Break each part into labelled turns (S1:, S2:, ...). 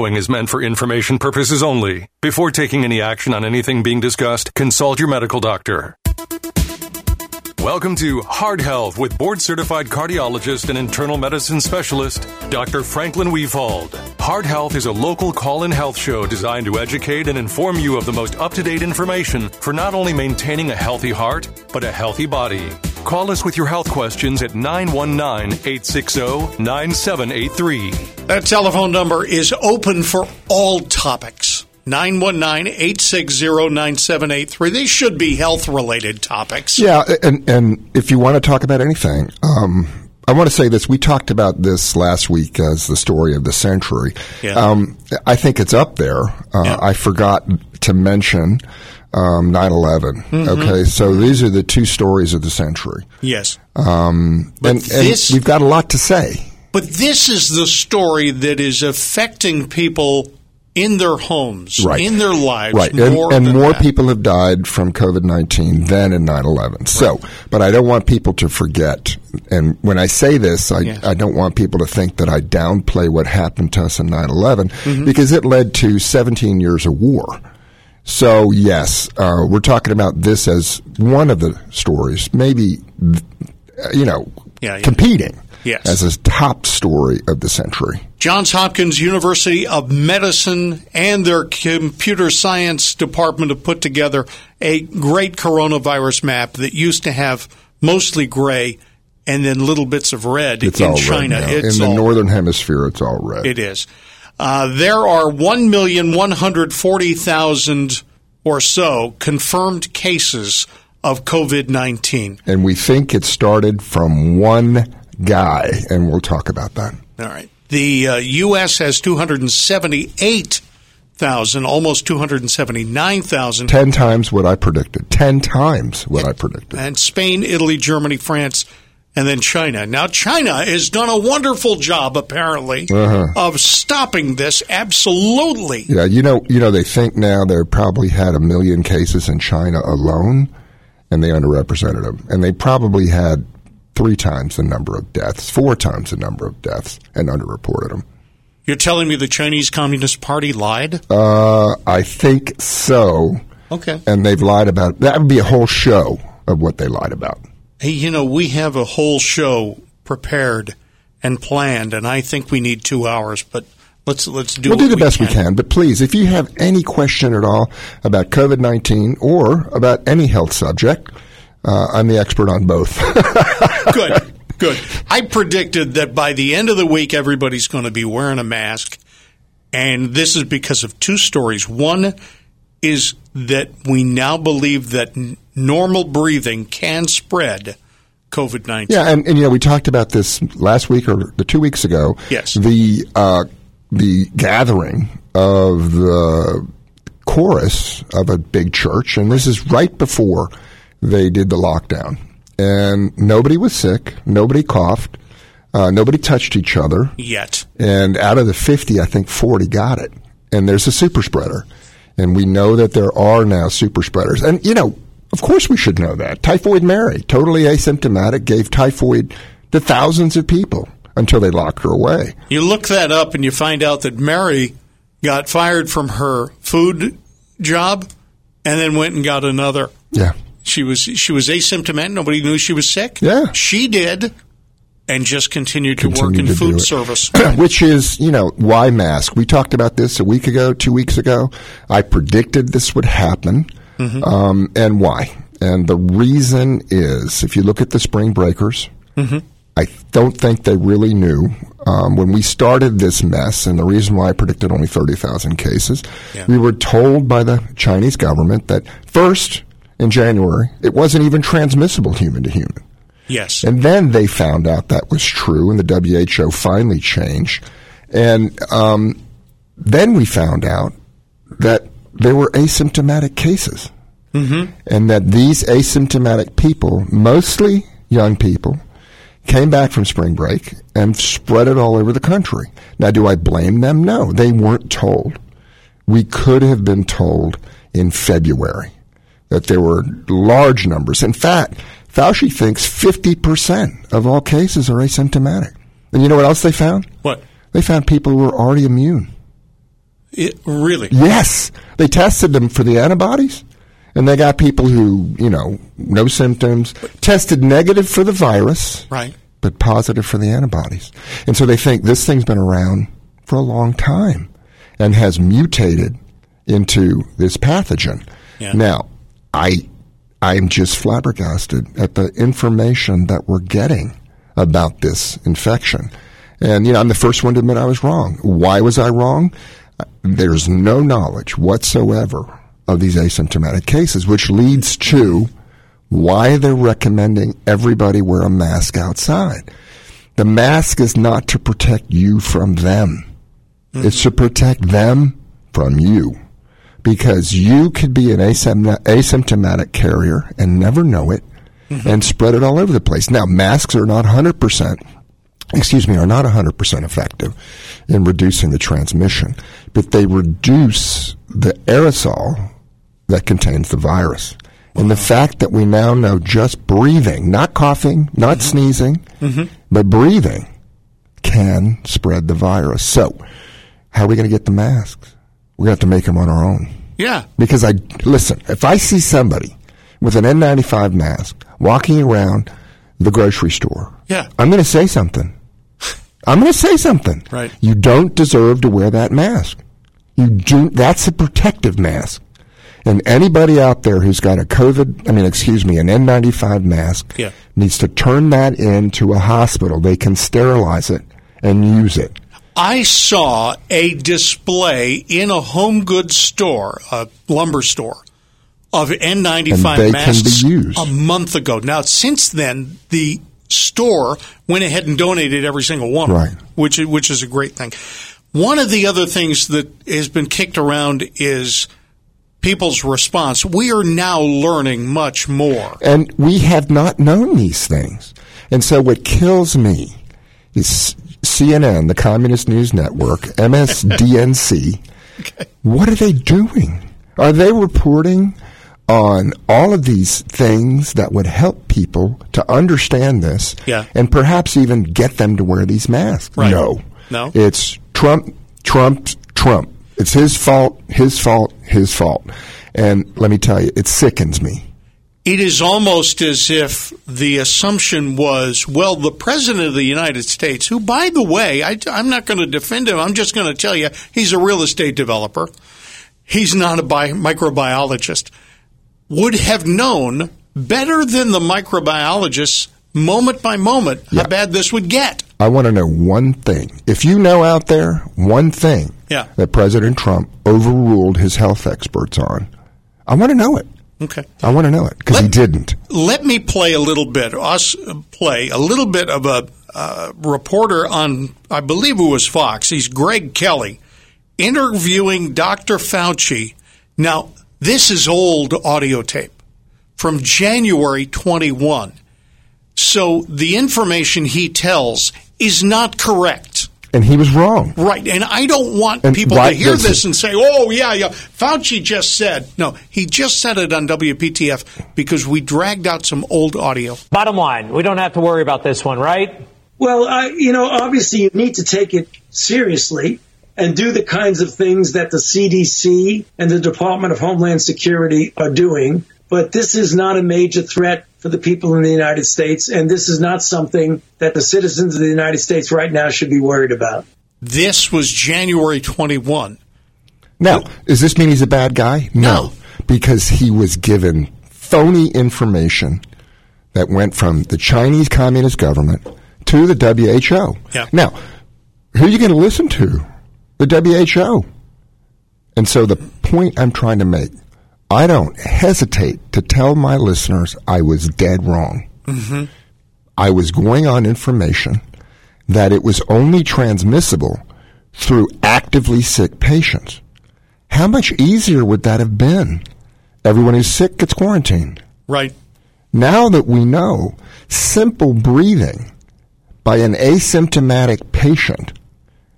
S1: following is meant for information purposes only. Before taking any action on anything being discussed, consult your medical doctor. Welcome to Hard Health with board certified cardiologist and internal medicine specialist, Dr. Franklin Weefald. Hard Health is a local call in health show designed to educate and inform you of the most up to date information for not only maintaining a healthy heart, but a healthy body. Call us with your health questions at 919 860 9783.
S2: That telephone number is open for all topics. 919 860 9783. These should be health related topics.
S3: Yeah, and, and if you want to talk about anything, um, I want to say this. We talked about this last week as the story of the century.
S2: Yeah.
S3: Um, I think it's up there. Uh,
S2: Yeah.
S3: I forgot to mention um, 9/11.
S2: Mm-hmm.
S3: Okay, so these are the two stories of the century,
S2: Yes.
S3: but and,
S2: this-
S3: and we've got a lot to say.
S2: But this is the story that is affecting people in their homes,
S3: Right.
S2: in their lives,
S3: Right, and,
S2: more
S3: and
S2: than
S3: more
S2: that.
S3: people have died from COVID nineteen than in 9-11. So, but I don't want people to forget. And when I say this, I, I don't want people to think that I downplay what happened to us in 9-11
S2: Mm-hmm.
S3: because it led to seventeen years of war. So yes, uh, we're talking about this as one of the stories, maybe th- you know,
S2: Yeah, yeah.
S3: competing
S2: Yes.
S3: as a top story of the century.
S2: Johns Hopkins University of Medicine and their computer science department have put together a great coronavirus map that used to have mostly gray and then little bits of red
S3: It's
S2: in
S3: all red
S2: China.
S3: now.
S2: It's
S3: in the
S2: all-
S3: northern hemisphere. It's all red.
S2: It is. Uh, there are 1,140,000 or so confirmed cases of COVID 19.
S3: and we think it started from one guy, and we'll talk about that.
S2: All right. The uh, U.S. has 278,000, almost 279,000.
S3: Ten times what I predicted. Ten times what I predicted.
S2: and Spain, Italy, Germany, France, and then China. Now, China has done a wonderful job, apparently,
S3: Uh-huh.
S2: of stopping this absolutely.
S3: Yeah, you know, you know, they think now they probably had a million cases in China alone, and they underrepresented them, and they probably had three times the number of deaths, four times the number of deaths, and underreported them.
S2: You're telling me the Chinese Communist Party lied?
S3: Uh, I think so,
S2: okay.
S3: and they've lied about that. Would be a whole show of what they lied about.
S2: Hey, you know, we have a whole show prepared and planned, and I think we need two hours, but let's let's do
S3: We'll
S2: what
S3: do the best we can, but please, if you have any question at all about COVID 19 or about any health subject, uh, I'm the expert on both.
S2: good, good. I predicted that by the end of the week, everybody's going to be wearing a mask. And this is because of two stories. One is that we now believe that n- normal breathing can spread COVID 19.
S3: yeah, and, and you know, we talked about this last week or the two weeks ago.
S2: Yes.
S3: The, uh, the gathering of the chorus of a big church, and this is right before they did the lockdown. And nobody was sick, nobody coughed, uh, nobody touched each other.
S2: Yet.
S3: And out of the 50, I think 40 got it. And there's a super spreader. And we know that there are now super spreaders. And, you know, of course we should know that. Typhoid Mary, totally asymptomatic, gave typhoid to thousands of people until they locked her away.
S2: You look that up and you find out that Mary got fired from her food job and then went and got another.
S3: Yeah.
S2: She was she was asymptomatic. Nobody knew she was sick.
S3: Yeah.
S2: she did, and just continued to work
S3: Continued
S2: in
S3: to do
S2: food
S3: it.
S2: service.
S3: Which is, you know, why mask? We talked about this a week ago, two weeks ago. I predicted this would happen. Um, and why? And the reason is if you look at the spring breakers, I don't think they really knew um, when we started this mess, and the reason why I predicted only 30,000 cases. We were told by the Chinese government that first in January, it wasn't even transmissible human to human.
S2: yes,
S3: And then they found out that was true, and the WHO finally changed. And um, then we found out that there were asymptomatic cases, and that these asymptomatic people, mostly young people, came back from spring break and spread it all over the country. Now, do I blame them? No, they weren't told. We could have been told in February that there were large numbers. In fact, Fauci thinks 50% of all cases are asymptomatic. And you know what else they found?
S2: what?
S3: They found people who were already immune.
S2: It, really?
S3: Yes, they tested them for the antibodies, and they got people who you know no symptoms tested negative for the virus,
S2: Right.
S3: but positive for the antibodies, and so they think this thing's been around for a long time and has mutated into this pathogen.
S2: Yeah.
S3: Now, I I'm just flabbergasted at the information that we're getting about this infection. And, you know, I'm the first one to admit I was wrong. Why was I wrong? There's no knowledge whatsoever of these asymptomatic cases, which leads to why they're recommending everybody wear a mask outside. The mask is not to protect you from them. It's to protect them from you because you could be an asym- asymptomatic carrier and never know it and spread it all over the place. Now, masks are not 100%, excuse me, are not 100% effective in reducing the transmission, but they reduce the aerosol that contains the virus. And the fact that we now know just breathing, not coughing, not sneezing, but breathing can spread the virus. So, how are we going to get the masks? We're going to have to make them on our own.
S2: Yeah.
S3: Because I, listen, if I see somebody with an N95 mask walking around the grocery store,
S2: Yeah.
S3: I'm going to say something. I'm going to say something.
S2: Right.
S3: You don't deserve to wear that mask. You do. That's a protective mask. And anybody out there who's got a COVID, I mean, excuse me, an N95 mask
S2: Yeah.
S3: needs to turn that into a hospital. They can sterilize it and use it.
S2: I saw a display in a home goods store, a lumber store, of N95
S3: And they can
S2: masks
S3: be used.
S2: a month ago. Now, since then, the store went ahead and donated every single one,
S3: Right.
S2: which is- which is a great thing. One of the other things that has been kicked around is people's response. We are now learning much more.
S3: And we have not known these things. And so what kills me is CNN, the Communist News Network, MSDNC. What are they doing? Are they reporting on all of these things that would help people to understand this
S2: Yeah.
S3: and perhaps even get them to wear these masks?
S2: Right.
S3: No.
S2: No?
S3: It's Trump, Trump, Trump. It's his fault, his fault, his fault. And let me tell you, it sickens me.
S2: it is almost as if the assumption was, well, the president of the United States, who, by the way, I, am not going to defend him. I'm just going to tell you he's a real estate developer. He's not a bi- microbiologist. Would have known better than the microbiologists, moment by moment,
S3: Yeah.
S2: how bad this would get.
S3: I want to know one thing. If you know out there one thing
S2: Yeah.
S3: that President Trump overruled his health experts on, I want to know it.
S2: Okay.
S3: I want to know it because he
S2: Let-
S3: didn't.
S2: let me play a little bit, us uh, play a little bit of a uh, reporter on, I believe it was Fox. He's Greg Kelly interviewing Dr. Fauci. Now, this is old audio tape from January 21. So the information he tells is not correct.
S3: And he was wrong.
S2: Right. And I don't want
S3: And
S2: people
S3: why
S2: to hear
S3: does
S2: this
S3: it-
S2: and say, oh, yeah, yeah, Fauci just said. No, he just said it on WPTF because we dragged out some old audio.
S4: Bottom line, we don't have to worry about this one, right?
S5: Well, I, you know, obviously you need to take it seriously and do the kinds of things that the CDC and the Department of Homeland Security are doing. But this is not a major threat for the people in the United States, and this is not something that the citizens of the United States right now should be worried about.
S2: This was January 21.
S3: Now, does this mean he's a bad guy?
S2: No.
S3: Because he was given phony information that went from the Chinese Communist government to the WHO.
S2: Yeah.
S3: Now, who are you going to listen to? The WHO. And so the point I'm trying to make, I don't hesitate to tell my listeners I was dead wrong. I was going on information that it was only transmissible through actively sick patients. How much easier would that have been? Everyone who's sick gets quarantined.
S2: Right.
S3: Now that we know simple breathing by an asymptomatic patient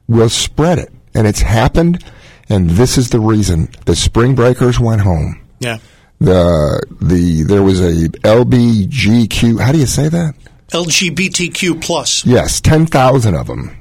S3: will spread it, and it's happened, and this is the reason the spring breakers went home.
S2: Yeah.
S3: The the there was a LBGQ. How do you say that?
S2: LGBTQ plus.
S3: Yes, ten thousand of them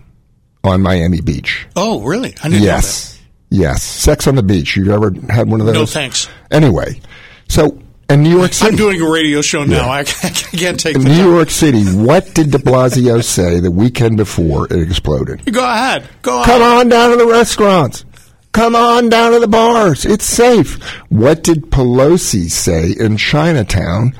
S3: on Miami Beach.
S2: Oh, really? I didn't
S3: yes, Yes, Sex on the Beach. You ever had one of those?
S2: No, thanks.
S3: Anyway, so in New York City,
S2: I'm doing a radio show now. I, I can't take
S3: in
S2: the
S3: New York City, what did De Blasio say the weekend before it exploded?
S2: Go ahead. Go
S3: Come
S2: on.
S3: on down to the restaurants. Come on down to the bars. It's safe. What did Pelosi say in Chinatown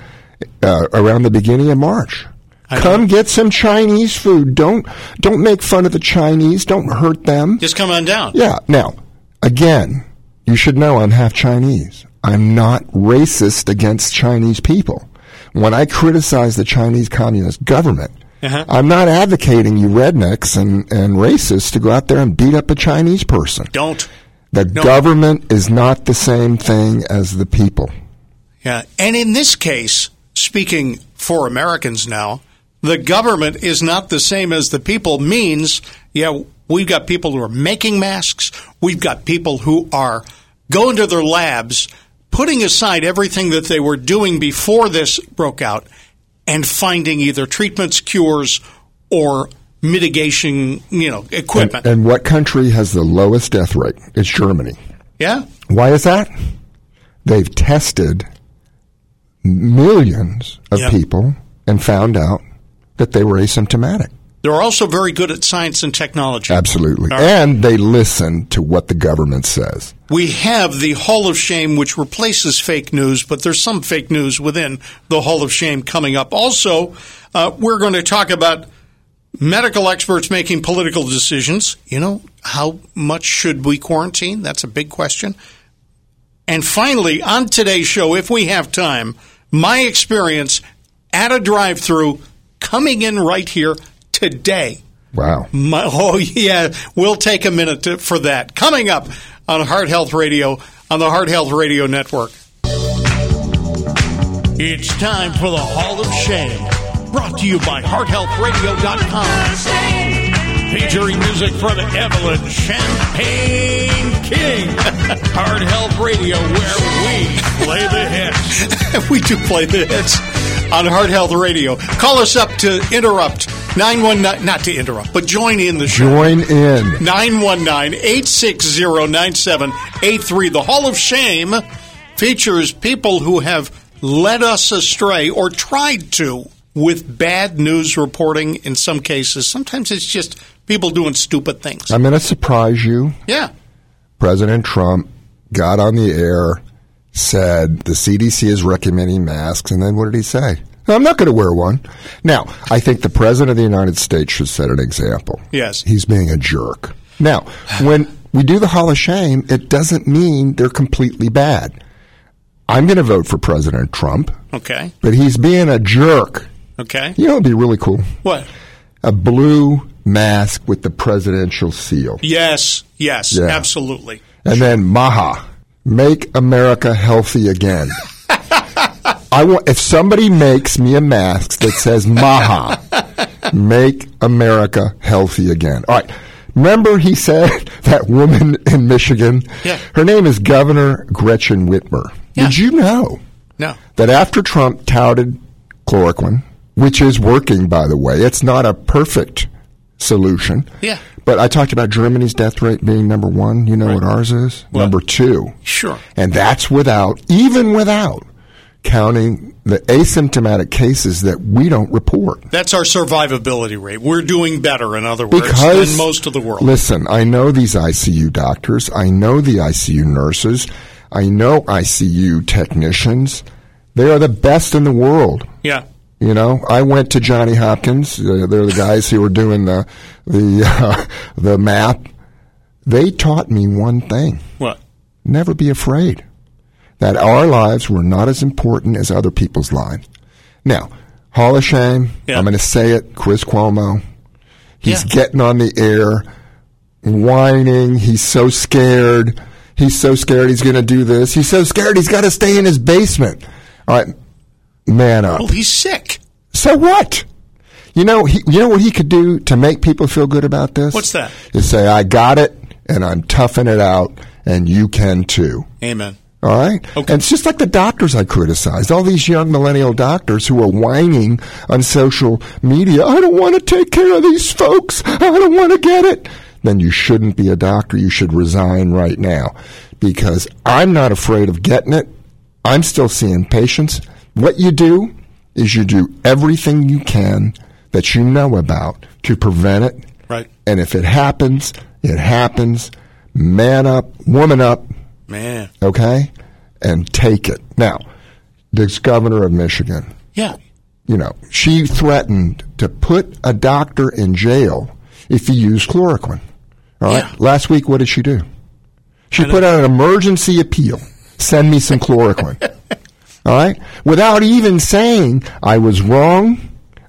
S3: uh, around the beginning of March? Come get some Chinese food. Don't don't make fun of the Chinese. Don't hurt them.
S2: Just come on down.
S3: Yeah. Now, again, you should know I'm half Chinese. I'm not racist against Chinese people. When I criticize the Chinese communist government,
S2: Uh-huh.
S3: I'm not advocating you rednecks and, and racists to go out there and beat up a Chinese person.
S2: Don't.
S3: The government is not the same thing as the people.
S2: Yeah. And in this case, speaking for Americans now, the government is not the same as the people means, yeah, we've got people who are making masks. We've got people who are going to their labs, putting aside everything that they were doing before this broke out, and finding either treatments, cures, or mitigation, you know,
S3: And,
S2: equipment.
S3: and what country has the lowest death rate? It's Germany.
S2: yeah?
S3: Why is that? They've tested millions of
S2: Yep.
S3: people and found out that they were asymptomatic.
S2: They're also very good at science and technology.
S3: Absolutely.
S2: All right.
S3: And they listen to what the government says.
S2: We have the Hall of Shame, which replaces fake news, but there's some fake news within the Hall of Shame coming up. Also, uh, we're going to talk about medical experts making political decisions. You know, how much should we quarantine? That's a big question. And finally, on today's show, if we have time, my experience at a drive through coming in right here today.
S3: Wow.
S2: My, oh yeah, we'll take a minute to, for that. Coming up on Heart Health Radio on the Heart Health Radio Network. It's time for the Hall of Shame, brought to you by HeartHealthRadio.com, featuring music from Evelyn Champagne King.
S6: Hard Health Radio, where we play the hits.
S2: we do play the hits on Heart Health Radio. Call us up to interrupt nine one nine, not to interrupt, but join in the show.
S3: Join in.
S2: 919-860-9783. The Hall of Shame features people who have led us astray or tried to with bad news reporting in some cases. Sometimes it's just people doing stupid things.
S3: I'm going to surprise you.
S2: Yeah.
S3: President Trump got on the air, said the CDC is recommending masks, and then what did he say? I'm not going to wear one. Now, I think the President of the United States should set an example.
S2: Yes.
S3: He's being a jerk. Now, when we do the Hall of Shame, it doesn't mean they're completely bad. I'm going to vote for President Trump,
S2: Okay.
S3: but he's being a jerk.
S2: Okay.
S3: You know, it'd be really cool.
S2: What?
S3: A blue mask with the presidential seal.
S2: Yes. Yes.
S3: Yeah.
S2: Absolutely.
S3: And then Maha, make America healthy again. I want if somebody makes me a mask that says Maha, make America healthy again. All right. Remember he said that woman in Michigan?
S2: Yeah.
S3: Her name is Governor Gretchen Whitmer.
S2: Yeah.
S3: Did you know
S2: No.
S3: that after Trump touted chloroquine, which is working by the way, it's not a perfect solution.
S2: Yeah.
S3: But I talked about Germany's death rate being number one. You know what ours is? Number two.
S2: Sure.
S3: And that's without, even without, counting the asymptomatic cases that we don't report.
S2: That's our survivability rate. We're doing better, in other words,
S3: Because
S2: than most of the world.
S3: Listen, I know these ICU doctors. I know the ICU nurses. I know ICU technicians. They are the best in the world.
S2: Yeah.
S3: You know, I went to Johnny Hopkins. Uh, they're the guys who were doing the the uh, the map. They taught me one thing:
S2: What?
S3: never be afraid. That our lives were not as important as other people's lives. Now, Hall of Shame.
S2: Yeah.
S3: I'm going to say it. Chris Cuomo. He's
S2: Yeah.
S3: getting on the air, whining. He's so scared. He's so scared he's going to do this. He's so scared he's got to stay in his basement. All right, man up.
S2: Well, he's sick.
S3: So what? You know, he, you know what he could do to make people feel good about this?
S2: What's that?
S3: Is say, I got it, and I'm toughing it out, and you can too.
S2: Amen.
S3: All right?
S2: Okay.
S3: And it's just like the doctors I criticized, all these young millennial doctors who are whining on social media. I don't want to take care of these folks. I don't want to get it. then you shouldn't be a doctor. You should resign right now because I'm not afraid of getting it. I'm still seeing patients. What you do is you do everything you can that you know about to prevent it.
S2: Right.
S3: And if it happens, it happens. Man up, woman up,
S2: Man.
S3: okay? And take it. Now, this governor of Michigan,
S2: Yeah.
S3: you know, she threatened to put a doctor in jail if he used chloroquine. All right.
S2: Yeah.
S3: Last week, what did she do? She put out an emergency appeal. Send me some chloroquine. All right. Without even saying, I was wrong.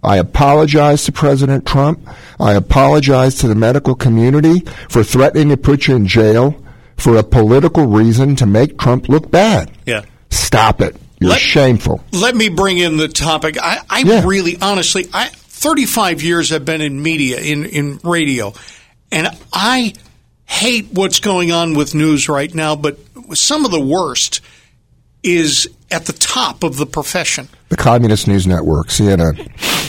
S3: I apologize to President Trump. I apologize to the medical community for threatening to put you in jail for a political reason to make Trump look bad.
S2: Yeah.
S3: Stop it. You're
S2: Let-
S3: shameful.
S2: Let me bring in the topic. I, I
S3: Yeah.
S2: really, honestly, I 35 years I've been in media, in, in radio, and I hate what's going on with news right now, but some of the worst is at the top of the profession.
S3: The Communist News Network, CNN.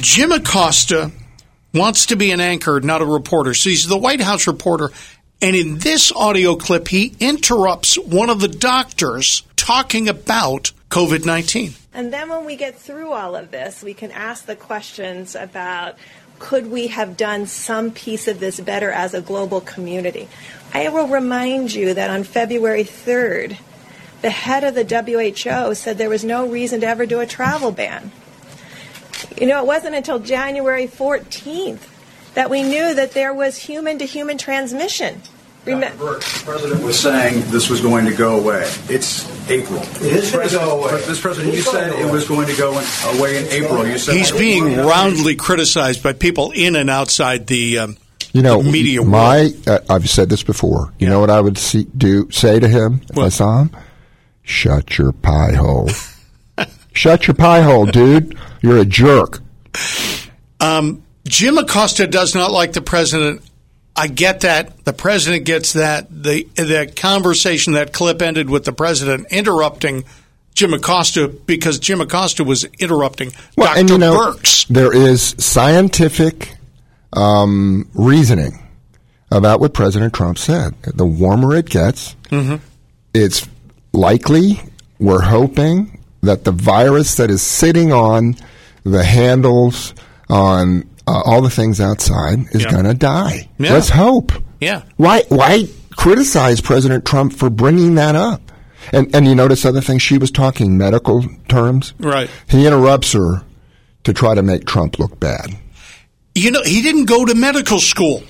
S2: Jim Acosta wants to be an anchor, not a reporter. So he's the White House reporter. And in this audio clip, he interrupts one of the doctors talking about COVID 19.
S7: And then when we get through all of this, we can ask the questions about could we have done some piece of this better as a global community? I will remind you that on February 3rd, the head of the WHO said there was no reason to ever do a travel ban. You know, it wasn't until January 14th that we knew that there was human to human transmission. Remem-
S8: Uh,
S9: Burke, the president was saying this was going to go away. It's April. It
S10: is gonna go away.
S9: This president, you
S10: It's gonna
S9: said
S10: go
S9: it
S10: away.
S9: was going to go in- away in April. You said
S2: He's being roundly criticized by people in and outside the, um,
S3: You know,
S2: the media world.
S3: my uh, I've said this before. You know what I would see, do say to him if I
S2: What?
S3: saw him? Shut your pie hole. Shut your pie hole, dude. You're a jerk.
S2: Jim Acosta does not like the president. I get that. The president gets that. The the conversation that clip ended with the president interrupting Jim Acosta because Jim Acosta was interrupting Dr.
S3: and you know,
S2: Burks.
S3: there is scientific um, reasoning about what President Trump said. The warmer it gets,
S2: Mm-hmm.
S3: it's likely we're hoping that the virus that is sitting on the handles on uh, all the things outside is
S2: Yeah.
S3: going to die.
S2: Yeah.
S3: Let's hope.
S2: Yeah.
S3: Why? Why criticize President Trump for bringing that up? And and you notice other things. She was talking medical terms.
S2: Right.
S3: He interrupts her to try to make Trump look bad.
S2: You know, he didn't go to medical school.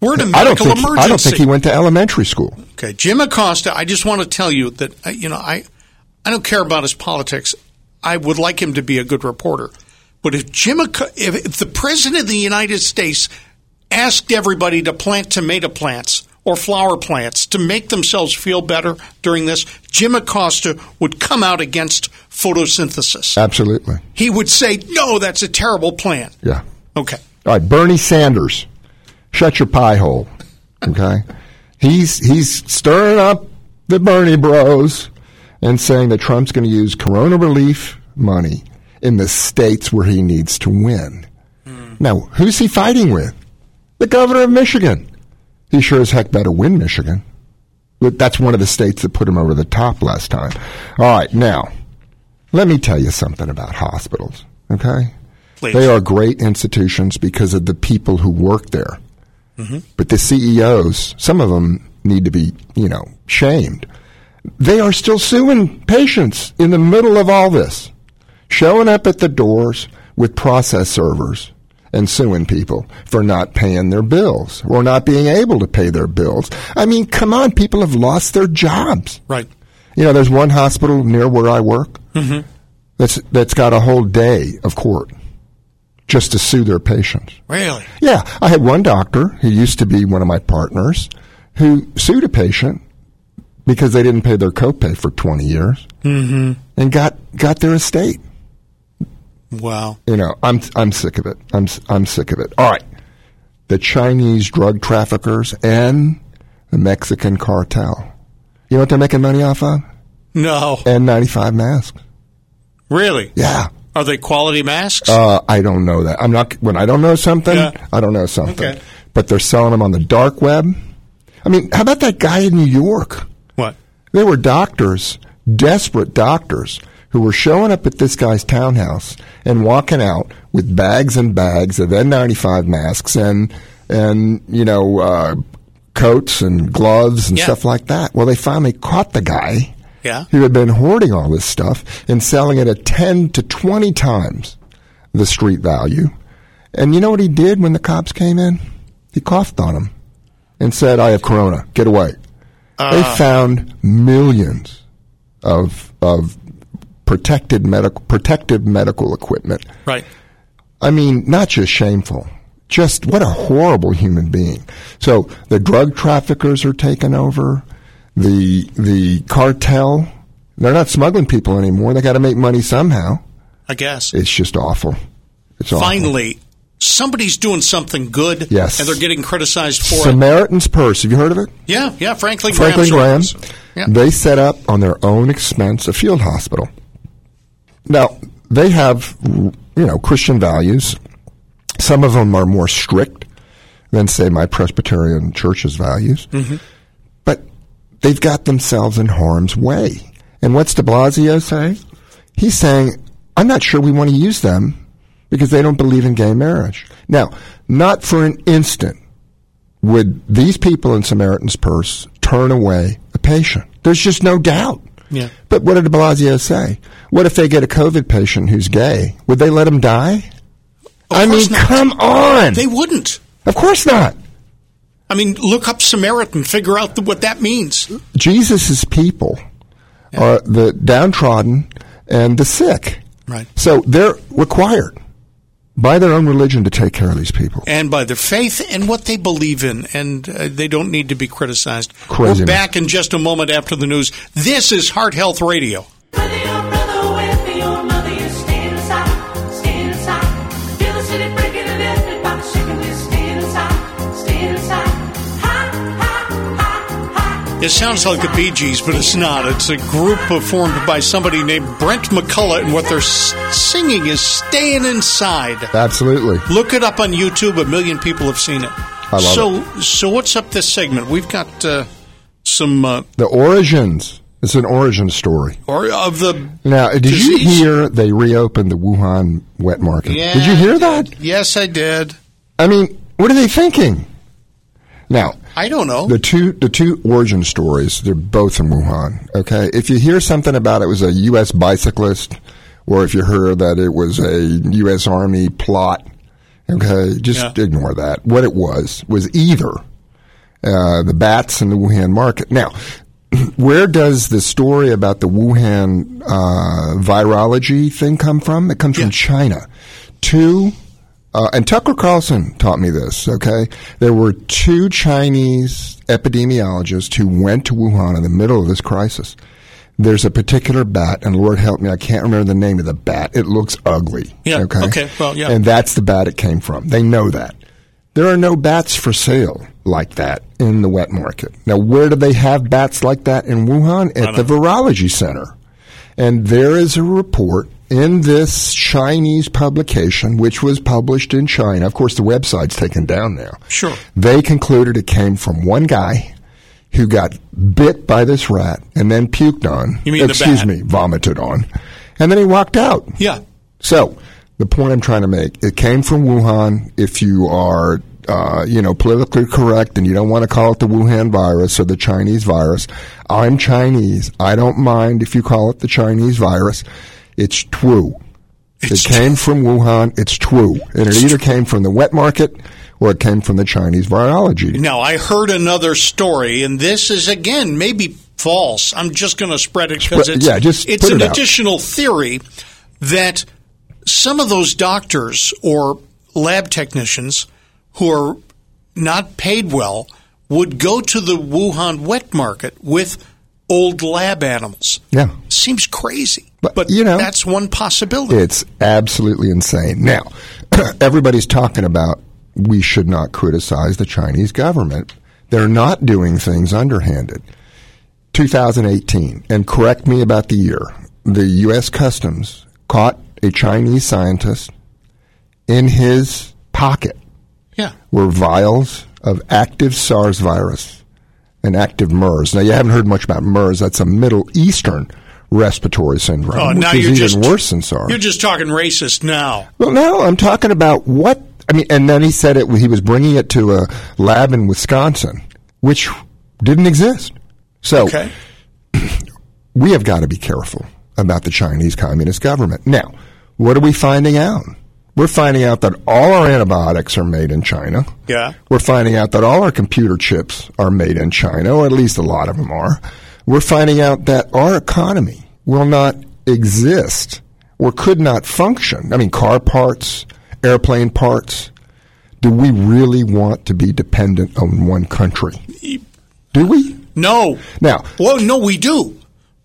S2: We're in a medical
S3: I don't think.
S2: emergency.
S3: I don't think he went to elementary school.
S2: Okay, Jim Acosta. I just want to tell you that uh, you know I I don't care about his politics. I would like him to be a good reporter, but if Jim Aco- if, if the president of the United States asked everybody to plant tomato plants or flower plants to make themselves feel better during this, Jim Acosta would come out against photosynthesis.
S3: Absolutely.
S2: He would say, "No, that's a terrible plan."
S3: Yeah.
S2: Okay.
S3: All right, Bernie Sanders, shut your pie hole. Okay, he's he's stirring up the Bernie Bros and saying that Trump's going to use Corona relief money in the states where he needs to win. Now, who's he fighting with? The governor of Michigan. He sure as heck better win Michigan. But That's one of the states that put him over the top last time. All right, now let me tell you something about hospitals. Okay.
S2: Please.
S3: They are great institutions because of the people who work there.
S2: Mm-hmm.
S3: But the CEOs, some of them need to be, you know, shamed. They are still suing patients in the middle of all this, showing up at the doors with process servers and suing people for not paying their bills or not being able to pay their bills. I mean, come on, people have lost their jobs.
S2: Right. Mm-hmm.
S3: You know, there's one hospital near where I work that's that's got a whole day of court just to sue their patients.
S2: Really.
S3: Yeah, I had one doctor who used to be one of my partners who sued a patient because they didn't pay their copay for 20 years and got got their estate.
S2: Wow.
S3: You know, I'm I'm sick of it. I'm I'm sick of it. All right, the Chinese drug traffickers and the Mexican cartel. You know what they're making money off of?
S2: No.
S3: N95 masks.
S2: Really.
S3: Yeah.
S2: Are they quality masks?
S3: Uh, I don't know that. I'm not when I don't know something.
S2: Yeah.
S3: I don't know something.
S2: Okay.
S3: but they're selling them on the dark web. I mean, how about that guy in New York?
S2: What?
S3: They were doctors, desperate doctors, who were showing up at this guy's townhouse and walking out with bags and bags of N95 masks and and you know uh, coats and gloves and
S2: Yeah.
S3: stuff like that. Well, they finally caught the guy
S2: Yeah.
S3: who had been hoarding all this stuff and selling it at 10 to 20 times the street value. And you know what he did when the cops came in? He coughed on them and said, I have corona. Get away. they found millions of, of protected medical, protective medical equipment.
S2: Right.
S3: I mean, not just shameful, just what a horrible human being. So the drug traffickers are taking over. The the cartel, they're not smuggling people anymore. They got to make money somehow.
S2: I guess.
S3: It's just awful. It's awful.
S2: Finally, somebody's doing something good.
S3: Oh. Yes.
S2: And they're getting criticized for it.
S3: Samaritan's Purse. Have you heard of it?
S2: Yeah. Yeah. Franklin,
S3: Franklin Graham.
S2: Graham's Yeah.
S3: They set up on their own expense a field hospital. Now they have you know Christian values. Some of them are more strict than say my Presbyterian church's values, but they've got themselves in harm's way. And what's De Blasio saying? He's saying, "I'm not sure we want to use them because they don't believe in gay marriage." Now, not for an instant would these people in Samaritan's Purse turn away a patient? There's just no doubt.
S2: Yeah.
S3: But what did de Blasio say? What if they get a COVID patient who's gay? Would they let him die?
S2: Of
S3: I mean,
S2: course not.
S3: come on.
S2: They wouldn't.
S3: of course not.
S2: I mean, look up Samaritan, figure out th- what that means.
S3: Jesus' people are the downtrodden and the sick.
S2: Right.
S3: So they're required by their own religion to take care of these people.
S2: and by their faith and what they believe in, and uh, they don't need to be criticized.
S3: Crazy,
S2: We're
S3: man.
S2: back in just a moment after the news. This is Heart Health Radio.
S10: Whether you're brother or whether you're mother, you stand aside, stand aside. Feel the city breaking and everybody shaking. You stand aside, stand aside. Hot, hot, hot, hot.
S2: It sounds like the Bee Gees, but it's not. It's a group formed by somebody named Brent McCullough, and what they're s- singing is "Staying Inside."
S3: Absolutely.
S2: Look it up on YouTube. A million people have seen it.
S3: I love
S2: so, so what's up this segment? We've got uh, some uh,
S3: The origins. It's an origin story.
S2: or of the
S3: Now, did you
S2: Disease?
S3: hear they reopened the Wuhan wet market?
S2: Yeah,
S3: did you
S2: I
S3: hear that?
S2: Yes, I did.
S3: I mean, what are they thinking? Now,
S2: I don't know.
S3: the two the two origin stories, they're both in Wuhan. Okay, if you hear something about it was a U.S. bicyclist, or if you hear that it was a U.S. Army plot, okay, just
S2: Yeah.
S3: ignore that. What it was was either uh, the bats in the Wuhan market. Now, where does the story about the Wuhan uh, virology thing come from? It comes
S2: Yeah.
S3: from China. Two, uh, and Tucker Carlson taught me this, okay? There were two Chinese epidemiologists who went to Wuhan in the middle of this crisis. There's a particular bat, and Lord help me, I can't remember the name of the bat. It looks ugly.
S2: Yeah,
S3: Okay.
S2: okay, well, yeah.
S3: And that's the bat it came from. They know that. There are no bats for sale like that in the wet market. Now, where do they have bats like that in Wuhan? At the Virology Center. And there is a report in this Chinese publication, which was published in China. Of course, the website's taken down now.
S2: Sure.
S3: They concluded it came from one guy who got bit by this rat and then puked on.
S2: You mean the
S3: Excuse
S2: bat.
S3: me, vomited on. And then he walked out.
S2: yeah.
S3: So the point I'm trying to make, it came from Wuhan. If you are, uh, you know, politically correct and you don't want to call it the Wuhan virus or the Chinese virus, I'm Chinese. I don't mind if you call it the Chinese virus. It's true.
S2: It's
S3: it came from Wuhan. It's true. And it either came from the wet market or it came from the Chinese virology.
S2: Now, I heard another story, and this is again maybe false. I'm just going to spread it because
S3: Spread-
S2: it's,
S3: yeah, just
S2: it's
S3: put
S2: an
S3: it out.
S2: additional theory that some of those doctors or lab technicians who are not paid well would go to the Wuhan wet market with old lab animals.
S3: Yeah.
S2: Seems crazy.
S3: But, you know-
S2: that's one possibility.
S3: It's absolutely insane. Now, everybody's talking about we should not criticize the Chinese government. They're not doing things underhanded. 2018, and correct me about the year, the U.S. Customs caught a Chinese scientist in his pocket
S2: Yeah.
S3: were vials of active SARS virus and active MERS. Now, you haven't heard much about MERS. That's a Middle Eastern respiratory syndrome,
S2: Oh, now
S3: which is
S2: you're
S3: even
S2: just
S3: worse than SARS.
S2: You're just talking racist now.
S3: Well, no, I'm talking about what I mean. And then he said it. He was bringing it to a lab in Wisconsin, which didn't exist. So
S2: Okay.
S3: we have got to be careful about the Chinese Communist government. Now, what are we finding out? We're finding out that all our antibiotics are made in China.
S2: Yeah.
S3: We're finding out that all our computer chips are made in China, or at least a lot of them are. We're finding out that our economy will not exist or could not function. I mean, car parts, airplane parts. Do we really want to be dependent on one country? Do we?
S2: No.
S3: Now-
S2: Well, no, we do.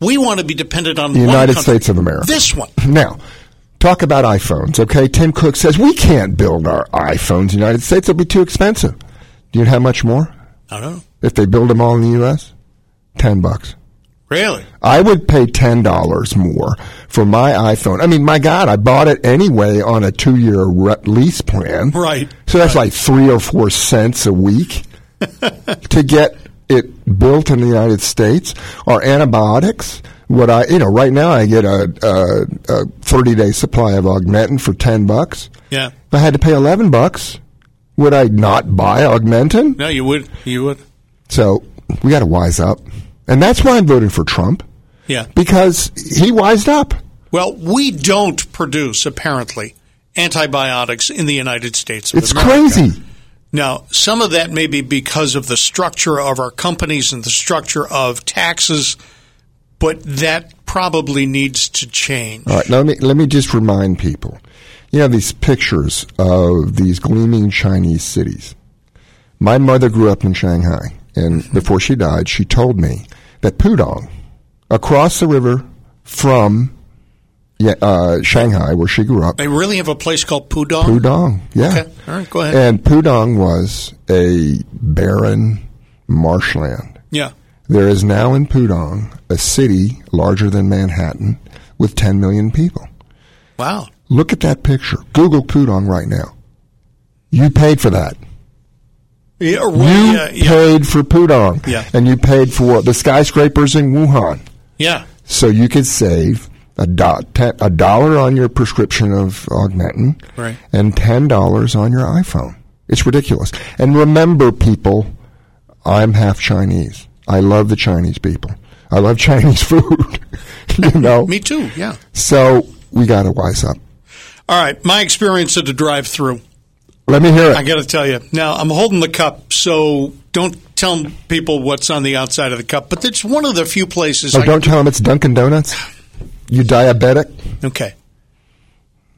S2: We want to be dependent on
S3: The
S2: one
S3: United
S2: country.
S3: States of America.
S2: This one.
S3: Now, talk about iPhones, okay? Tim Cook says we can't build our iPhones in the United States. It'll be too expensive. Do you know how much more
S2: I don't know.
S3: if they build them all in the U.S.? 10 bucks.
S2: Really?
S3: I would pay ten dollars more for my iPhone. I mean, my God, I bought it anyway on a two-year re- lease plan,
S2: Right.
S3: So that's like three or four cents a week to get it built in the United States. Our antibiotics. What I, you know, right now I get a, a, a thirty-day supply of Augmentin for ten bucks.
S2: Yeah.
S3: If I had to pay eleven bucks, would I not buy Augmentin?
S2: No, you would. You would.
S3: So we got to wise up, and that's why I'm voting for Trump
S2: Yeah.
S3: because he wised up.
S2: Well, we don't produce, apparently, antibiotics in the United States. Of
S3: It's
S2: America.
S3: crazy.
S2: Now, some of that may be because of the structure of our companies and the structure of taxes, but that probably needs to change.
S3: All right, now let me let me just remind people. You know these pictures of these gleaming Chinese cities. My mother grew up in Shanghai, and before she died, she told me that Pudong, across the river from yeah, uh, Shanghai, where she grew up,
S2: They really have a place called Pudong?
S3: Pudong, yeah.
S2: Okay, all right, go ahead.
S3: And Pudong was a barren marshland.
S2: Yeah.
S3: There is now in Pudong a city larger than Manhattan with 10 million people.
S2: Wow.
S3: Look at that picture. Google Pudong right now. You paid for that.
S2: Yeah, or-
S3: You
S2: yeah, yeah,
S3: paid for Pudong.
S2: Yeah.
S3: And you paid for the skyscrapers in Wuhan.
S2: yeah.
S3: So you could save a, do- te- a dollar on your prescription of Augmentin
S2: Right.
S3: and $10 on your iPhone. It's ridiculous. And remember, people, I'm half Chinese. I love the Chinese people. I love Chinese food. you know?
S2: Me too, yeah.
S3: So we got to wise up.
S2: All right, my experience at the drive through
S3: Let me hear it.
S2: I got to tell you. Now, I'm holding the cup, so don't tell people what's on the outside of the cup, but it's one of the few places
S3: Oh,
S2: I
S3: don't tell him it's Dunkin' Donuts. You diabetic?
S2: Okay.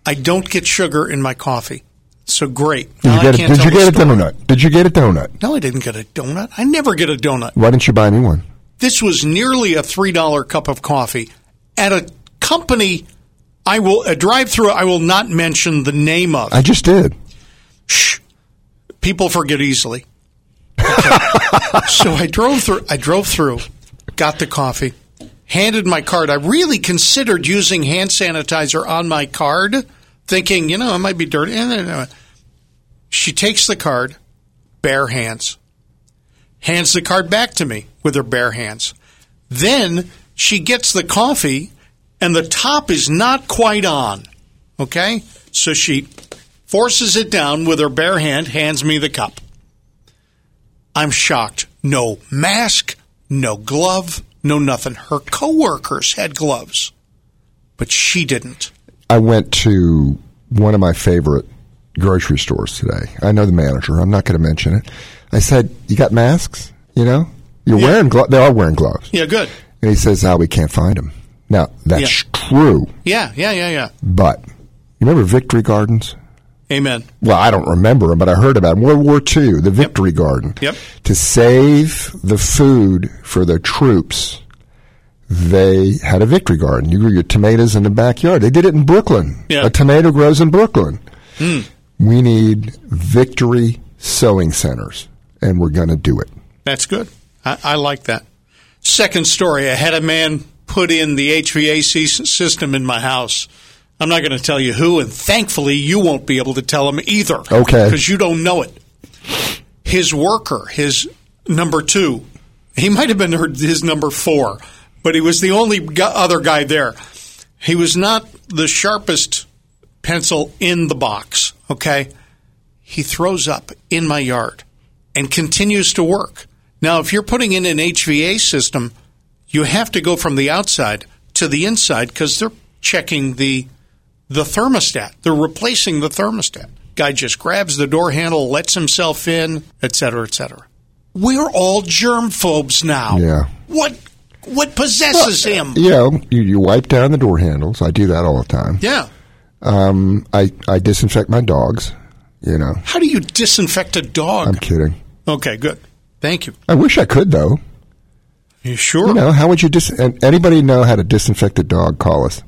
S2: I don't get sugar in my coffee. So great.
S3: Did
S2: Now
S3: you get,
S2: I
S3: a,
S2: can't
S3: did
S2: tell
S3: you
S2: the
S3: get a
S2: story.
S3: donut? Did you get a donut?
S2: No, I didn't get a donut. I never get a donut.
S3: Why didn't you buy me one?
S2: This was nearly a $3 cup of coffee at a company I will a drive-through I will not mention the name of.
S3: I just did.
S2: Shh. People forget easily. Okay. so I drove through. I drove through, got the coffee, handed my card. I really considered using hand sanitizer on my card, thinking, you know, it might be dirty. Eh, eh, eh. She takes the card, bare hands, hands the card back to me with her bare hands. Then she gets the coffee, and the top is not quite on. Okay, so she forces it down with her bare hand, hands me the cup. I'm shocked. No mask, no glove, no nothing. Her coworkers had gloves, but she didn't.
S3: I went to one of my favorite grocery stores today. I know the manager. I'm not going to mention it. I said, "You got masks? You know, you're wearing gloves. They are wearing gloves."
S2: Yeah, good.
S3: And he says, "Ah, we can't find them." Now that's true,
S2: Yeah, yeah, yeah, yeah.
S3: but you remember Victory Gardens?
S2: Amen.
S3: well, I don't remember them, but I heard about 'em. World War II, the Victory Garden.
S2: Yep.
S3: To save the food for the troops, they had a victory garden. You grew your tomatoes in the backyard. They did it in Brooklyn.
S2: Yeah. Hmm.
S3: A tomato grows in Brooklyn. We need victory sewing centers, and we're going to do it.
S2: That's good. I, I like that. Second story I had a man put in the HVAC s- system in my house. I'm not going to tell you who, and thankfully you won't be able to tell him either.
S3: Okay.
S2: Because you don't know it. his worker, his number two. He might have been her- his number four, but he was the only gu other guy there. He was not the sharpest pencil in the box, okay? He throws up in my yard and continues to work. Now, if you're putting in an HVA system, you have to go from the outside to the inside because they're checking the the thermostat. They're replacing the thermostat. Guy just grabs the door handle, lets himself in, et cetera, et cetera. We're all germ phobes now.
S3: Yeah.
S2: What what possesses him?
S3: You know, you, you wipe down the door handles. I do that all the time.
S2: Yeah.
S3: Um, I, I disinfect my dogs. You know,
S2: How do you disinfect a dog?
S3: I'm kidding.
S2: Okay, good. Thank you.
S3: I wish I could though.
S2: You sure?
S3: You know, how would you dis? and Anybody know how to disinfect a dog? Call us.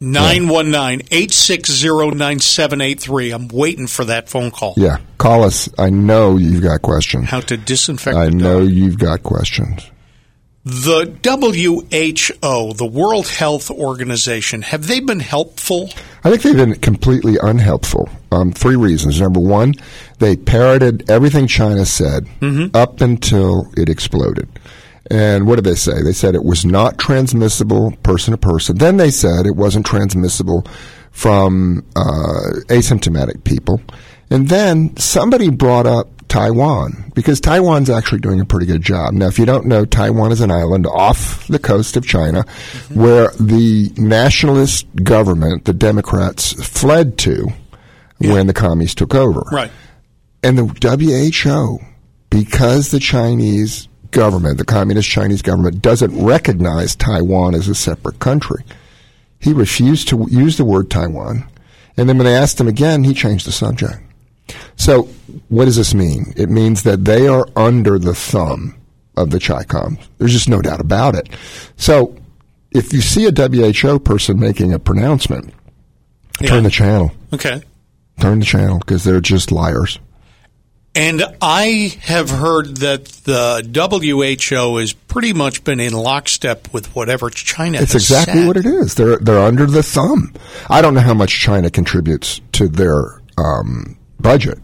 S2: 919 860 9783. I'm waiting for that phone call.
S3: Yeah, call us. I know you've got questions.
S2: How to disinfect
S3: I
S2: a
S3: know
S2: dog.
S3: you've got questions.
S2: The WHO, the World Health Organization, have they been helpful?
S3: I think they've been completely unhelpful. Um, three reasons. Number one, they parroted everything China said up until it exploded. And what did they say? They said it was not transmissible person to person. Then they said it wasn't transmissible from uh, asymptomatic people. And then somebody brought up Taiwan because Taiwan's actually doing a pretty good job. Now, if you don't know, Taiwan is an island off the coast of China where the nationalist government, the Democrats, fled to when the commies took over.
S2: Right.
S3: And the WHO, because the Chinese government, the communist Chinese government, doesn't recognize Taiwan as a separate country, he refused to use the word Taiwan. And then when they asked him again, he changed the subject. So, what does this mean? It means that they are under the thumb of the CHICOM. There's just no doubt about it. So, if you see a WHO person making a pronouncement,
S2: Yeah.
S3: turn the channel.
S2: Okay.
S3: Turn the channel because they're just liars.
S2: And I have heard that the WHO has pretty much been in lockstep with whatever China
S3: It's
S2: has
S3: exactly
S2: said.
S3: what it is. They're they're under the thumb. I don't know how much China contributes to their um, budget,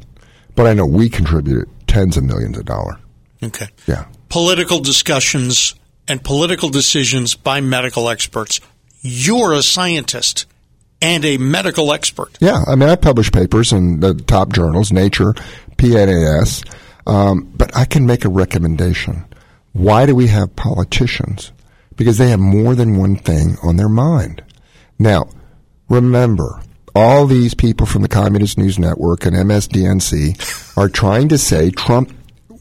S3: but I know we contribute tens of millions of dollars.
S2: Okay.
S3: Yeah.
S2: Political discussions and political decisions by medical experts. You're a scientist and a medical expert.
S3: Yeah, I mean, I publish papers in the top journals, Nature, PNAS, um, but I can make a recommendation. Why do we have politicians? Because they have more than one thing on their mind. Now, remember, all these people from the Communist News Network and MSDNC are trying to say Trump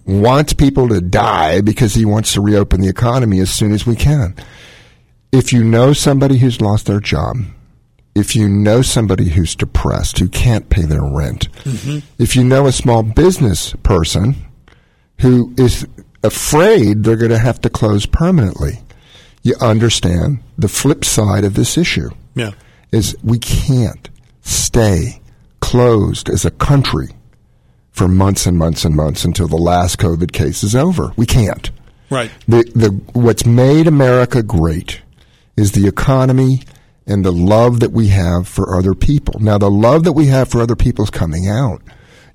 S3: wants people to die because he wants to reopen the economy as soon as we can. If you know somebody who's lost their job, if you know somebody who's depressed, who can't pay their rent, if you know a small business person who is afraid they're going to have to close permanently, you understand the flip side of this issue
S2: Yeah.
S3: is we can't stay closed as a country for months and months and months until the last COVID case is over. We can't.
S2: Right.
S3: The, the, what's made America great is the economy and the love that we have for other people. Now, the love that we have for other people is coming out.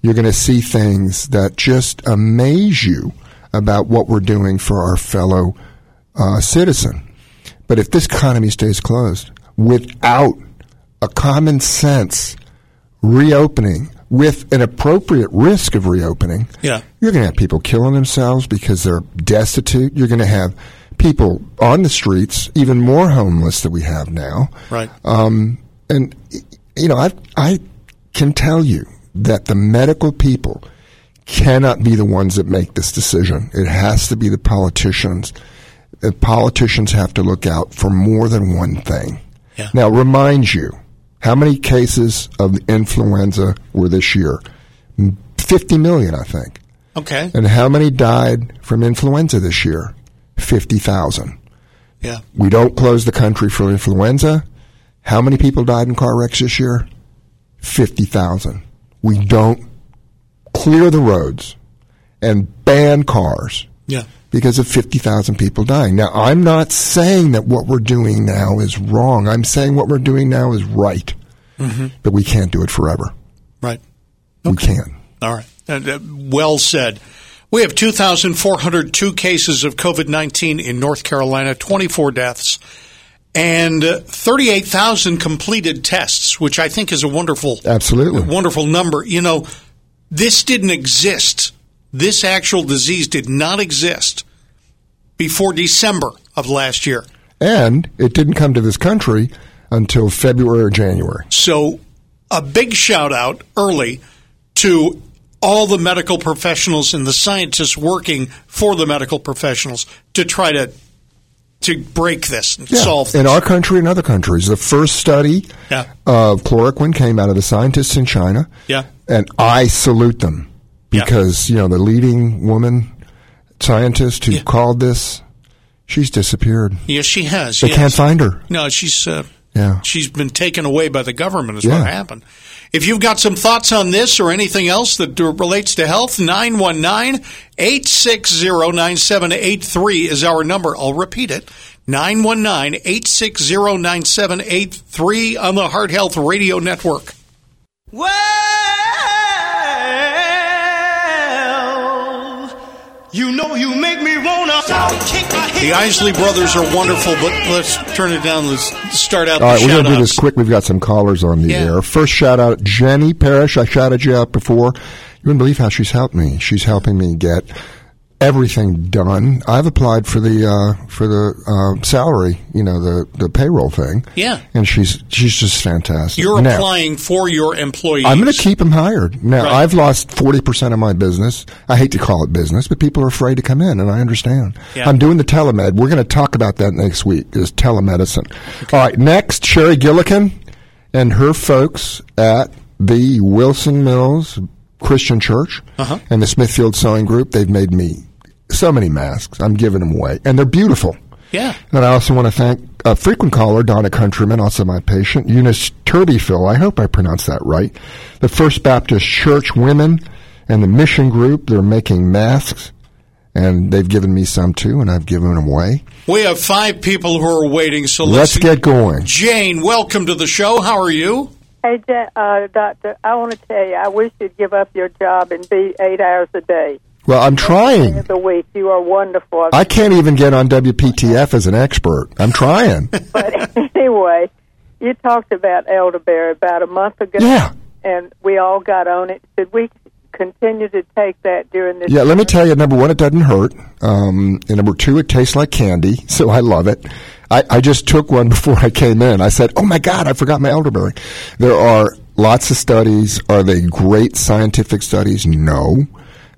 S3: You're going to see things that just amaze you about what we're doing for our fellow uh, citizen. But if this economy stays closed without a common sense reopening with an appropriate risk of reopening,
S2: Yeah.
S3: you're going to have people killing themselves because they're destitute. You're going to have people on the streets, even more homeless than we have now.
S2: Right.
S3: Um, and y- you know, I I can tell you that the medical people cannot be the ones that make this decision. It has to be the politicians. The politicians have to look out for more than one thing.
S2: Yeah.
S3: Now, remind you, how many cases of influenza were this year? Fifty million, I think.
S2: Okay.
S3: And how many died from influenza this year? 50,000.
S2: Yeah.
S3: We don't close the country for influenza. How many people died in car wrecks this year? 50,000. We don't clear the roads and ban cars
S2: Yeah.
S3: because of 50,000 people dying. Now, I'm not saying that what we're doing now is wrong. I'm saying what we're doing now is right. But we can't do it forever.
S2: Right.
S3: We can't.
S2: All right. Uh, uh, well said. We have 2,402 cases of COVID 19 in North Carolina, 24 deaths, and uh, 38,000 completed tests, which I think is a wonderful,
S3: Absolutely.
S2: wonderful number. You know, this didn't exist. This actual disease did not exist before December of last year.
S3: And it didn't come to this country until February or January.
S2: So, a big shout out early to all the medical professionals and the scientists working for the medical professionals to try to to break this and
S3: Yeah.
S2: solve this.
S3: in our country and other countries. The first study
S2: Yeah.
S3: of chloroquine came out of the scientists in China.
S2: Yeah.
S3: and I salute them
S2: Yeah.
S3: because you know the leading woman scientist who
S2: Yeah.
S3: called this, she's disappeared.
S2: yes, she has.
S3: They
S2: yes.
S3: can't find her.
S2: No, she's uh,
S3: Yeah.
S2: she's been taken away by the government. Is
S3: Yeah.
S2: what happened. If you've got some thoughts on this or anything else that uh, relates to health, 919-860-9783 is our number. I'll repeat it. 919-860-9783 on the Heart Health Radio Network.
S10: Well, you know you make me wanna kick my
S2: The Isley Brothers are wonderful, but let's turn it down. Let's start out
S3: All right,
S2: the
S3: we're going to do
S2: shout-outs.
S3: this quick. We've got some callers on the
S2: Yeah.
S3: air. First shout out Jenny Parrish. I shouted you out before. You wouldn't believe how she's helped me. She's helping me get everything done. I've applied for the uh, for the uh, salary, you know, the the payroll thing.
S2: Yeah.
S3: and she's she's just fantastic.
S2: You're
S3: Now,
S2: applying for your employees.
S3: I'm going to keep them hired. Now
S2: Right.
S3: I've lost forty percent of my business. I hate to call it business, but people are afraid to come in, and I understand.
S2: Yeah.
S3: I'm doing the telemed. We're going to talk about that next week. Is telemedicine. All right. Next, Sherry Gillikin and her folks at the Wilson Mills Christian Church
S2: Uh-huh.
S3: and the Smithfield Sewing Group. They've made me so many masks. I'm giving them away, and they're beautiful.
S2: Yeah.
S3: And I also want to thank a frequent caller, Donna Countryman, also my patient, Eunice Turbyfill. I hope I pronounced that right. The First Baptist Church women and the mission group, they're making masks, and they've given me some too, and I've given them away.
S2: We have five people who are waiting, so
S3: Let's
S2: let's
S3: get going.
S2: Jane, welcome to the show. How are you?
S8: Hey, Ja- uh, doctor, I want to tell you, I wish you'd give up your job and be eight hours a day
S3: Well, I'm trying.
S8: of the week. You are wonderful.
S3: I can't even get on WPTF as an expert. I'm trying.
S8: but anyway, you talked about elderberry about a month ago,
S3: Yeah.
S8: and we all got on it. Should we continue to take that during this?
S3: Yeah, let me tell you. Number one, it doesn't hurt. Um, and number two, it tastes like candy, so I love it. I, I just took one before I came in. I said, "Oh my God, I forgot my elderberry." There are lots of studies. Are they great scientific studies? No,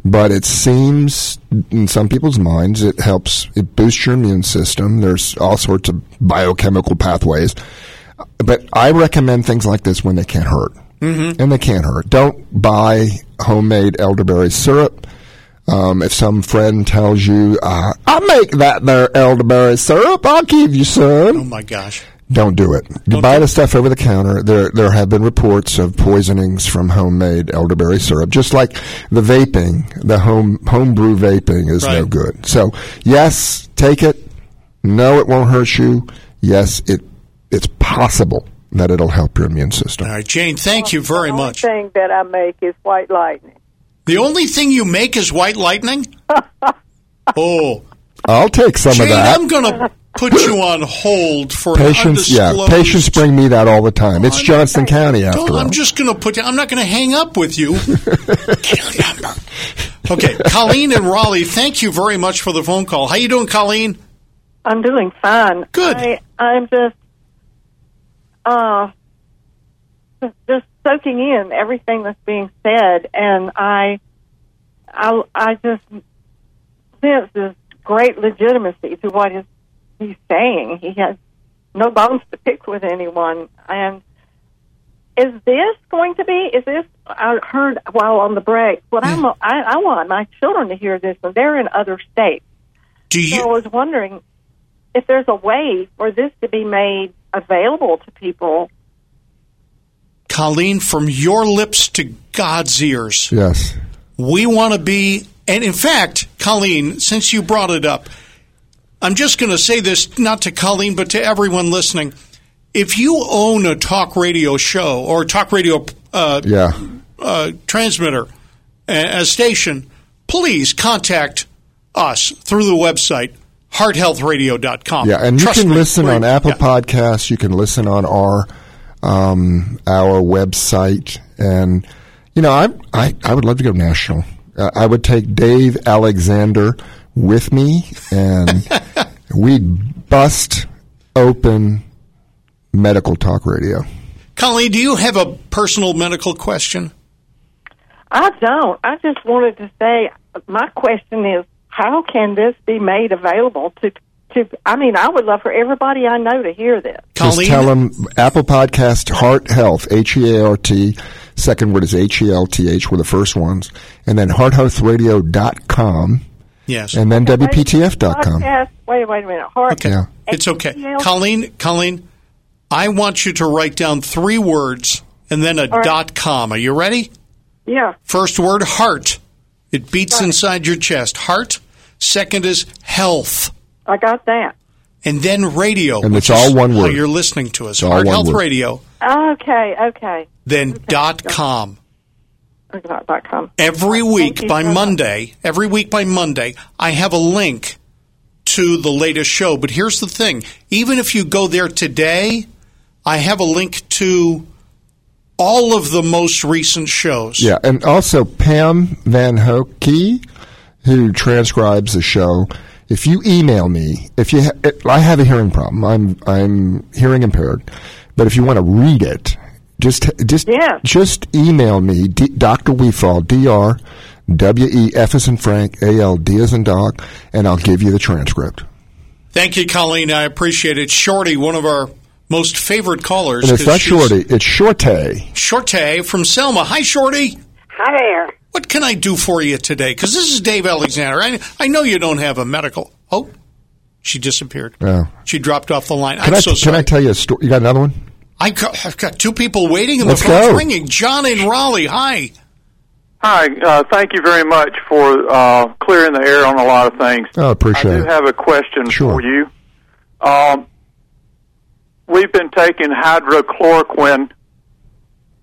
S3: but it seems in some people's minds it helps. It boosts your immune system. There's all sorts of biochemical pathways. But I recommend things like this when they can't hurt, mm-hmm. and they can't hurt. Don't buy homemade elderberry syrup. Um, if some friend tells you, uh, I'll make that there elderberry syrup, I'll give you
S2: Oh
S3: some.
S2: my gosh.
S3: Don't do it. You buy the stuff over the counter. There, there have been reports of poisonings from homemade elderberry syrup, just like the vaping, the home homebrew vaping is no
S2: Right.
S3: good. So, yes, take it. No, it won't hurt you. Yes, it, it's possible that it'll help your immune system.
S2: All right, Jane, thank you very
S8: the only
S2: much.
S8: thing that I make is white lightning.
S2: The only thing you make is white lightning? Oh.
S3: I'll take some of
S2: Jane,
S3: that.
S2: I'm going to put you on hold for an
S3: Patients, yeah,
S2: undisclosed-
S3: patients bring me that all the time. It's Johnston County, after
S2: Don't-
S3: all.
S2: I'm just going to put you, I'm not going to hang up with you. Get your number. Okay, Colleen and Raleigh, thank you very much for the phone call. How you doing, Colleen?
S8: I'm doing fine.
S2: Good.
S8: I, I'm just, uh, just soaking in everything that's being said, and I, I, I just sense this great legitimacy to what is, he's saying. He has no bones to pick with anyone, and is this going to be? Is this? I heard while on the break. What I'm, I, I want my children to hear this, and they're in other states.
S2: Do you?
S8: So I was wondering if there's a way for this to be made available to people.
S2: Colleen, from your lips to God's ears,
S3: yes.
S2: we want to be, and in fact, Colleen, since you brought it up, I'm just going to say this not to Colleen, but to everyone listening. If you own a talk radio show or talk radio uh,
S3: Yeah.
S2: uh, transmitter, a, a station, please contact us through the website hearthealthradio.com.
S3: Yeah, and
S2: Trust
S3: you can
S2: me,
S3: listen
S2: we're-
S3: on Apple
S2: yeah.
S3: Podcasts. You can listen on our um, our website, and you know, I I, I would love to go national. Uh, I would take Dave Alexander with me, and we'd bust open medical talk radio.
S2: Colleen, do you have a personal medical question?
S8: I don't. I just wanted to say my question is how can this be made available to to I mean, I would love for everybody I know to hear this.
S3: Just tell them Apple Podcast Heart Health H E A R T. Second word is H E L T H. Were the first ones, and then hearthealthradio.com.
S2: Yes,
S3: and then WPTF.com.
S8: Podcast, wait, wait a minute. Heart.
S2: Okay.
S3: Yeah.
S2: It's okay. Colleen, Colleen, I want you to write down three words and then a dot com. Are you ready?
S8: Yeah.
S2: First word, heart. It beats inside your chest. Heart. Second is health.
S8: I got that.
S2: And then radio.
S3: And
S2: which
S3: it's all
S2: is
S3: one
S2: how
S3: word.
S2: you're listening to us.
S3: It's all
S2: Heart
S3: one
S2: Health
S3: word.
S2: Radio.
S8: Okay, okay.
S2: Then dot com.
S8: I got dot com.
S2: Every
S8: Thank
S2: week
S8: you
S2: by
S8: so much.
S2: Monday, every week by Monday, I have a link to the latest show. But here's the thing even if you go there today, I have a link to all of the most recent shows.
S3: Yeah, and also Pam Van Hoke, who transcribes the show. If you email me, if you, ha- it- I have a hearing problem. I'm I'm hearing impaired, but if you want to read it, just just just email me, D- Doctor Weefall, D R W E F as in Frank, A L D as in Dog, and I'll give you the transcript.
S2: Thank you, Colleen. I appreciate it. Shorty, one of our most favorite callers.
S3: And it's
S2: 'cause
S3: not
S2: she's-
S3: Shorty, it's Shorte.
S2: Shorty from Selma. Hi, Shorty.
S11: Hi there.
S2: What can I do for you today? Because this is Dave Alexander. I, I know you don't have a medical. Oh, she disappeared.
S3: Oh.
S2: She dropped off the line.
S3: Can
S2: I'm
S3: I
S2: so
S3: can
S2: sorry.
S3: I tell you a story? You got another one?
S2: I got, I've got two people waiting and
S3: Let's
S2: the phone's
S3: go.
S2: ringing. John in Raleigh. Hi.
S12: Hi, uh, thank you very much for uh, clearing the air on a lot of things.
S3: Oh, I appreciate
S12: I do
S3: it.
S12: have a question
S3: Sure.
S12: for you. Um, we've been taking hydrochloroquine.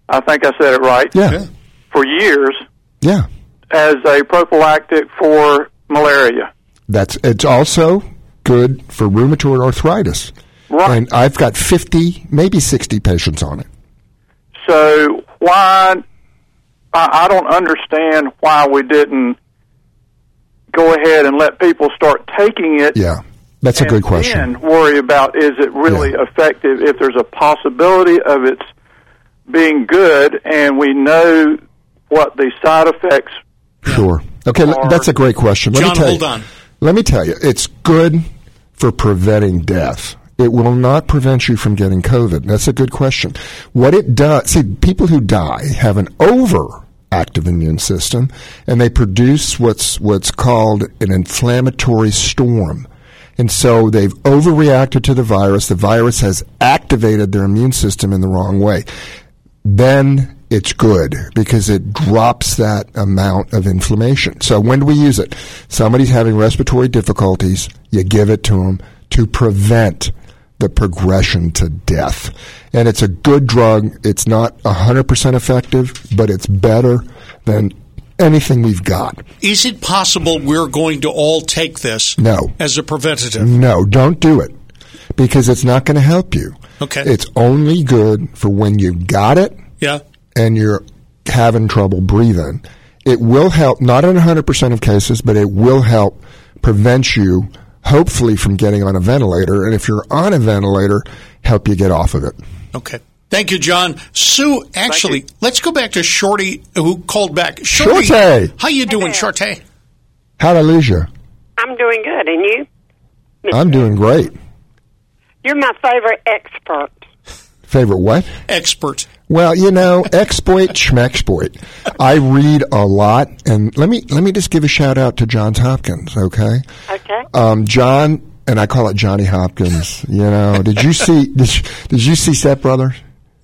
S12: I think I said it right.
S3: Yeah.
S12: For years.
S3: Yeah.
S12: As a prophylactic for malaria.
S3: That's it's also good for rheumatoid arthritis.
S12: Right.
S3: And I've got 50, maybe 60 patients on it.
S12: So why? I, I don't understand why we didn't go ahead and let people start taking it.
S3: Yeah. That's a good question.
S12: And worry about is it really effective? If there's a possibility of its being good, and we know what the side effects.
S3: Sure. Okay, l- that's a great question. Let
S12: John,
S3: me tell
S12: hold
S3: you,
S12: on.
S3: Let me tell you, it's good for preventing death. It will not prevent you from getting COVID. That's a good question. What it does, see, people who die have an overactive immune system, and they produce what's what's called an inflammatory storm. And so they've overreacted to the virus. The virus has activated their immune system in the wrong way then it's good because it drops that amount of inflammation. So when do we use it? Somebody's having respiratory difficulties, you give it to them to prevent the progression to death. And it's a good drug. It's not 100% effective, but it's better than anything we've got.
S2: Is it possible we're going to all take this
S3: No. Mm.
S2: as a preventative?
S3: No, don't do it because it's not going to help you.
S2: Okay.
S3: It's only good for when you've got it
S2: Yeah.
S3: and you're having trouble breathing, it will help, not in 100% of cases, but it will help prevent you, hopefully, from getting on a ventilator. And if you're on a ventilator, help you get off of it.
S2: Okay. Thank you, John. Sue, actually, let's go back to Shorty who called back. Shorty,
S3: Shorty.
S2: how you doing, Shorty?
S3: Hallelujah.
S11: I'm doing good, and you?
S3: I'm doing great.
S11: You're my favorite expert.
S3: Favorite what?
S2: Expert.
S3: Well, you know, exploit, schmexploit. I read a lot, and let me let me just give a shout out to Johns Hopkins. Okay.
S11: Okay.
S3: Um, John, and I call it Johnny Hopkins. You know, did you see did you, did you see Step Brothers?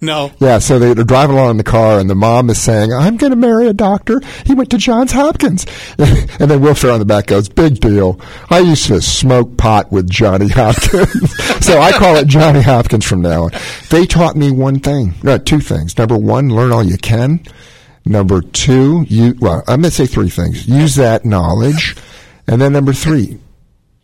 S2: No.
S3: Yeah, so they- they're driving along in the car, and the mom is saying, "I'm going to marry a doctor. He went to Johns Hopkins." and then Will Ferrell on the back goes, "Big deal. I used to smoke pot with Johnny Hopkins, so I call it Johnny uh, Hopkins from now on." They taught me one thing, no, two things. Number one, learn all you can, Number two, you well, I'm going to say three things. Use that knowledge, and then number three,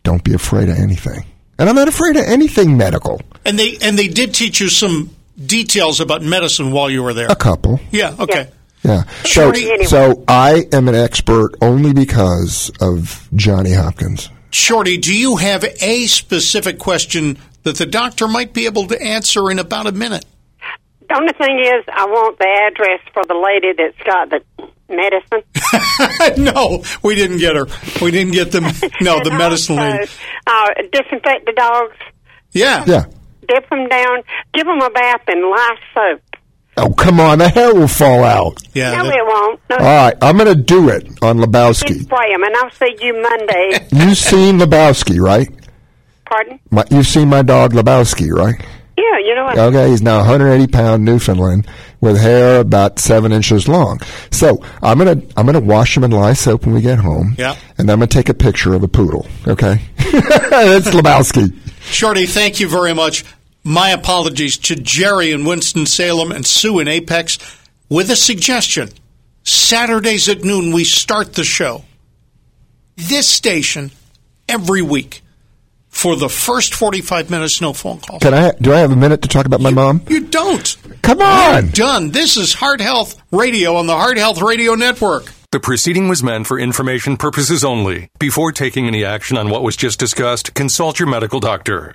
S3: don't be afraid of anything. And I'm not afraid of anything medical.
S2: And they and they did teach you some details about medicine while you were there.
S3: A couple.
S2: Yeah. Okay.
S3: Yeah. So,
S2: Sure, anyway.
S3: so I am an expert only because of Johnny Hopkins.
S2: Shorty, do you have a specific question that the doctor might be able to answer in about a minute?
S11: The only thing is, I want the address for the lady that's got the medicine.
S2: no, we didn't get her. We didn't get the no the medicine lady.
S11: Uh, disinfect the dogs,
S2: Yeah.
S3: Yeah.
S11: dip them down, give them a bath in light soap.
S3: Oh, come on, the hair will fall out.
S11: no, it won't. No,
S3: All right, I'm going to do it on
S11: just
S3: Lebowski.
S11: spray them, and I'll see you Monday.
S3: You've seen Lebowski, right?
S11: Pardon?
S3: My, you've seen my dog Lebowski, right?
S11: Yeah, you know what?
S3: Okay, he's now a 180 pound Newfoundland with hair about seven inches long. So I'm gonna I'm gonna wash him in Lysol when we get home.
S2: Yeah.
S3: and I'm gonna take a picture of a poodle. Okay, that's Lebowski.
S2: Shorty, thank you very much. My apologies to Jerry in Winston Salem and Sue in Apex with a suggestion. Saturdays at noon we start the show. This station every week for the first 45 minutes no phone call.
S3: Can I? Do I have a minute to talk about my mom?
S2: You don't.
S3: Come
S2: on. You're done. This is Heart Health Radio on the Heart Health Radio Network.
S1: The proceeding was meant for information purposes only. Before taking any action on what was just discussed, consult your medical doctor.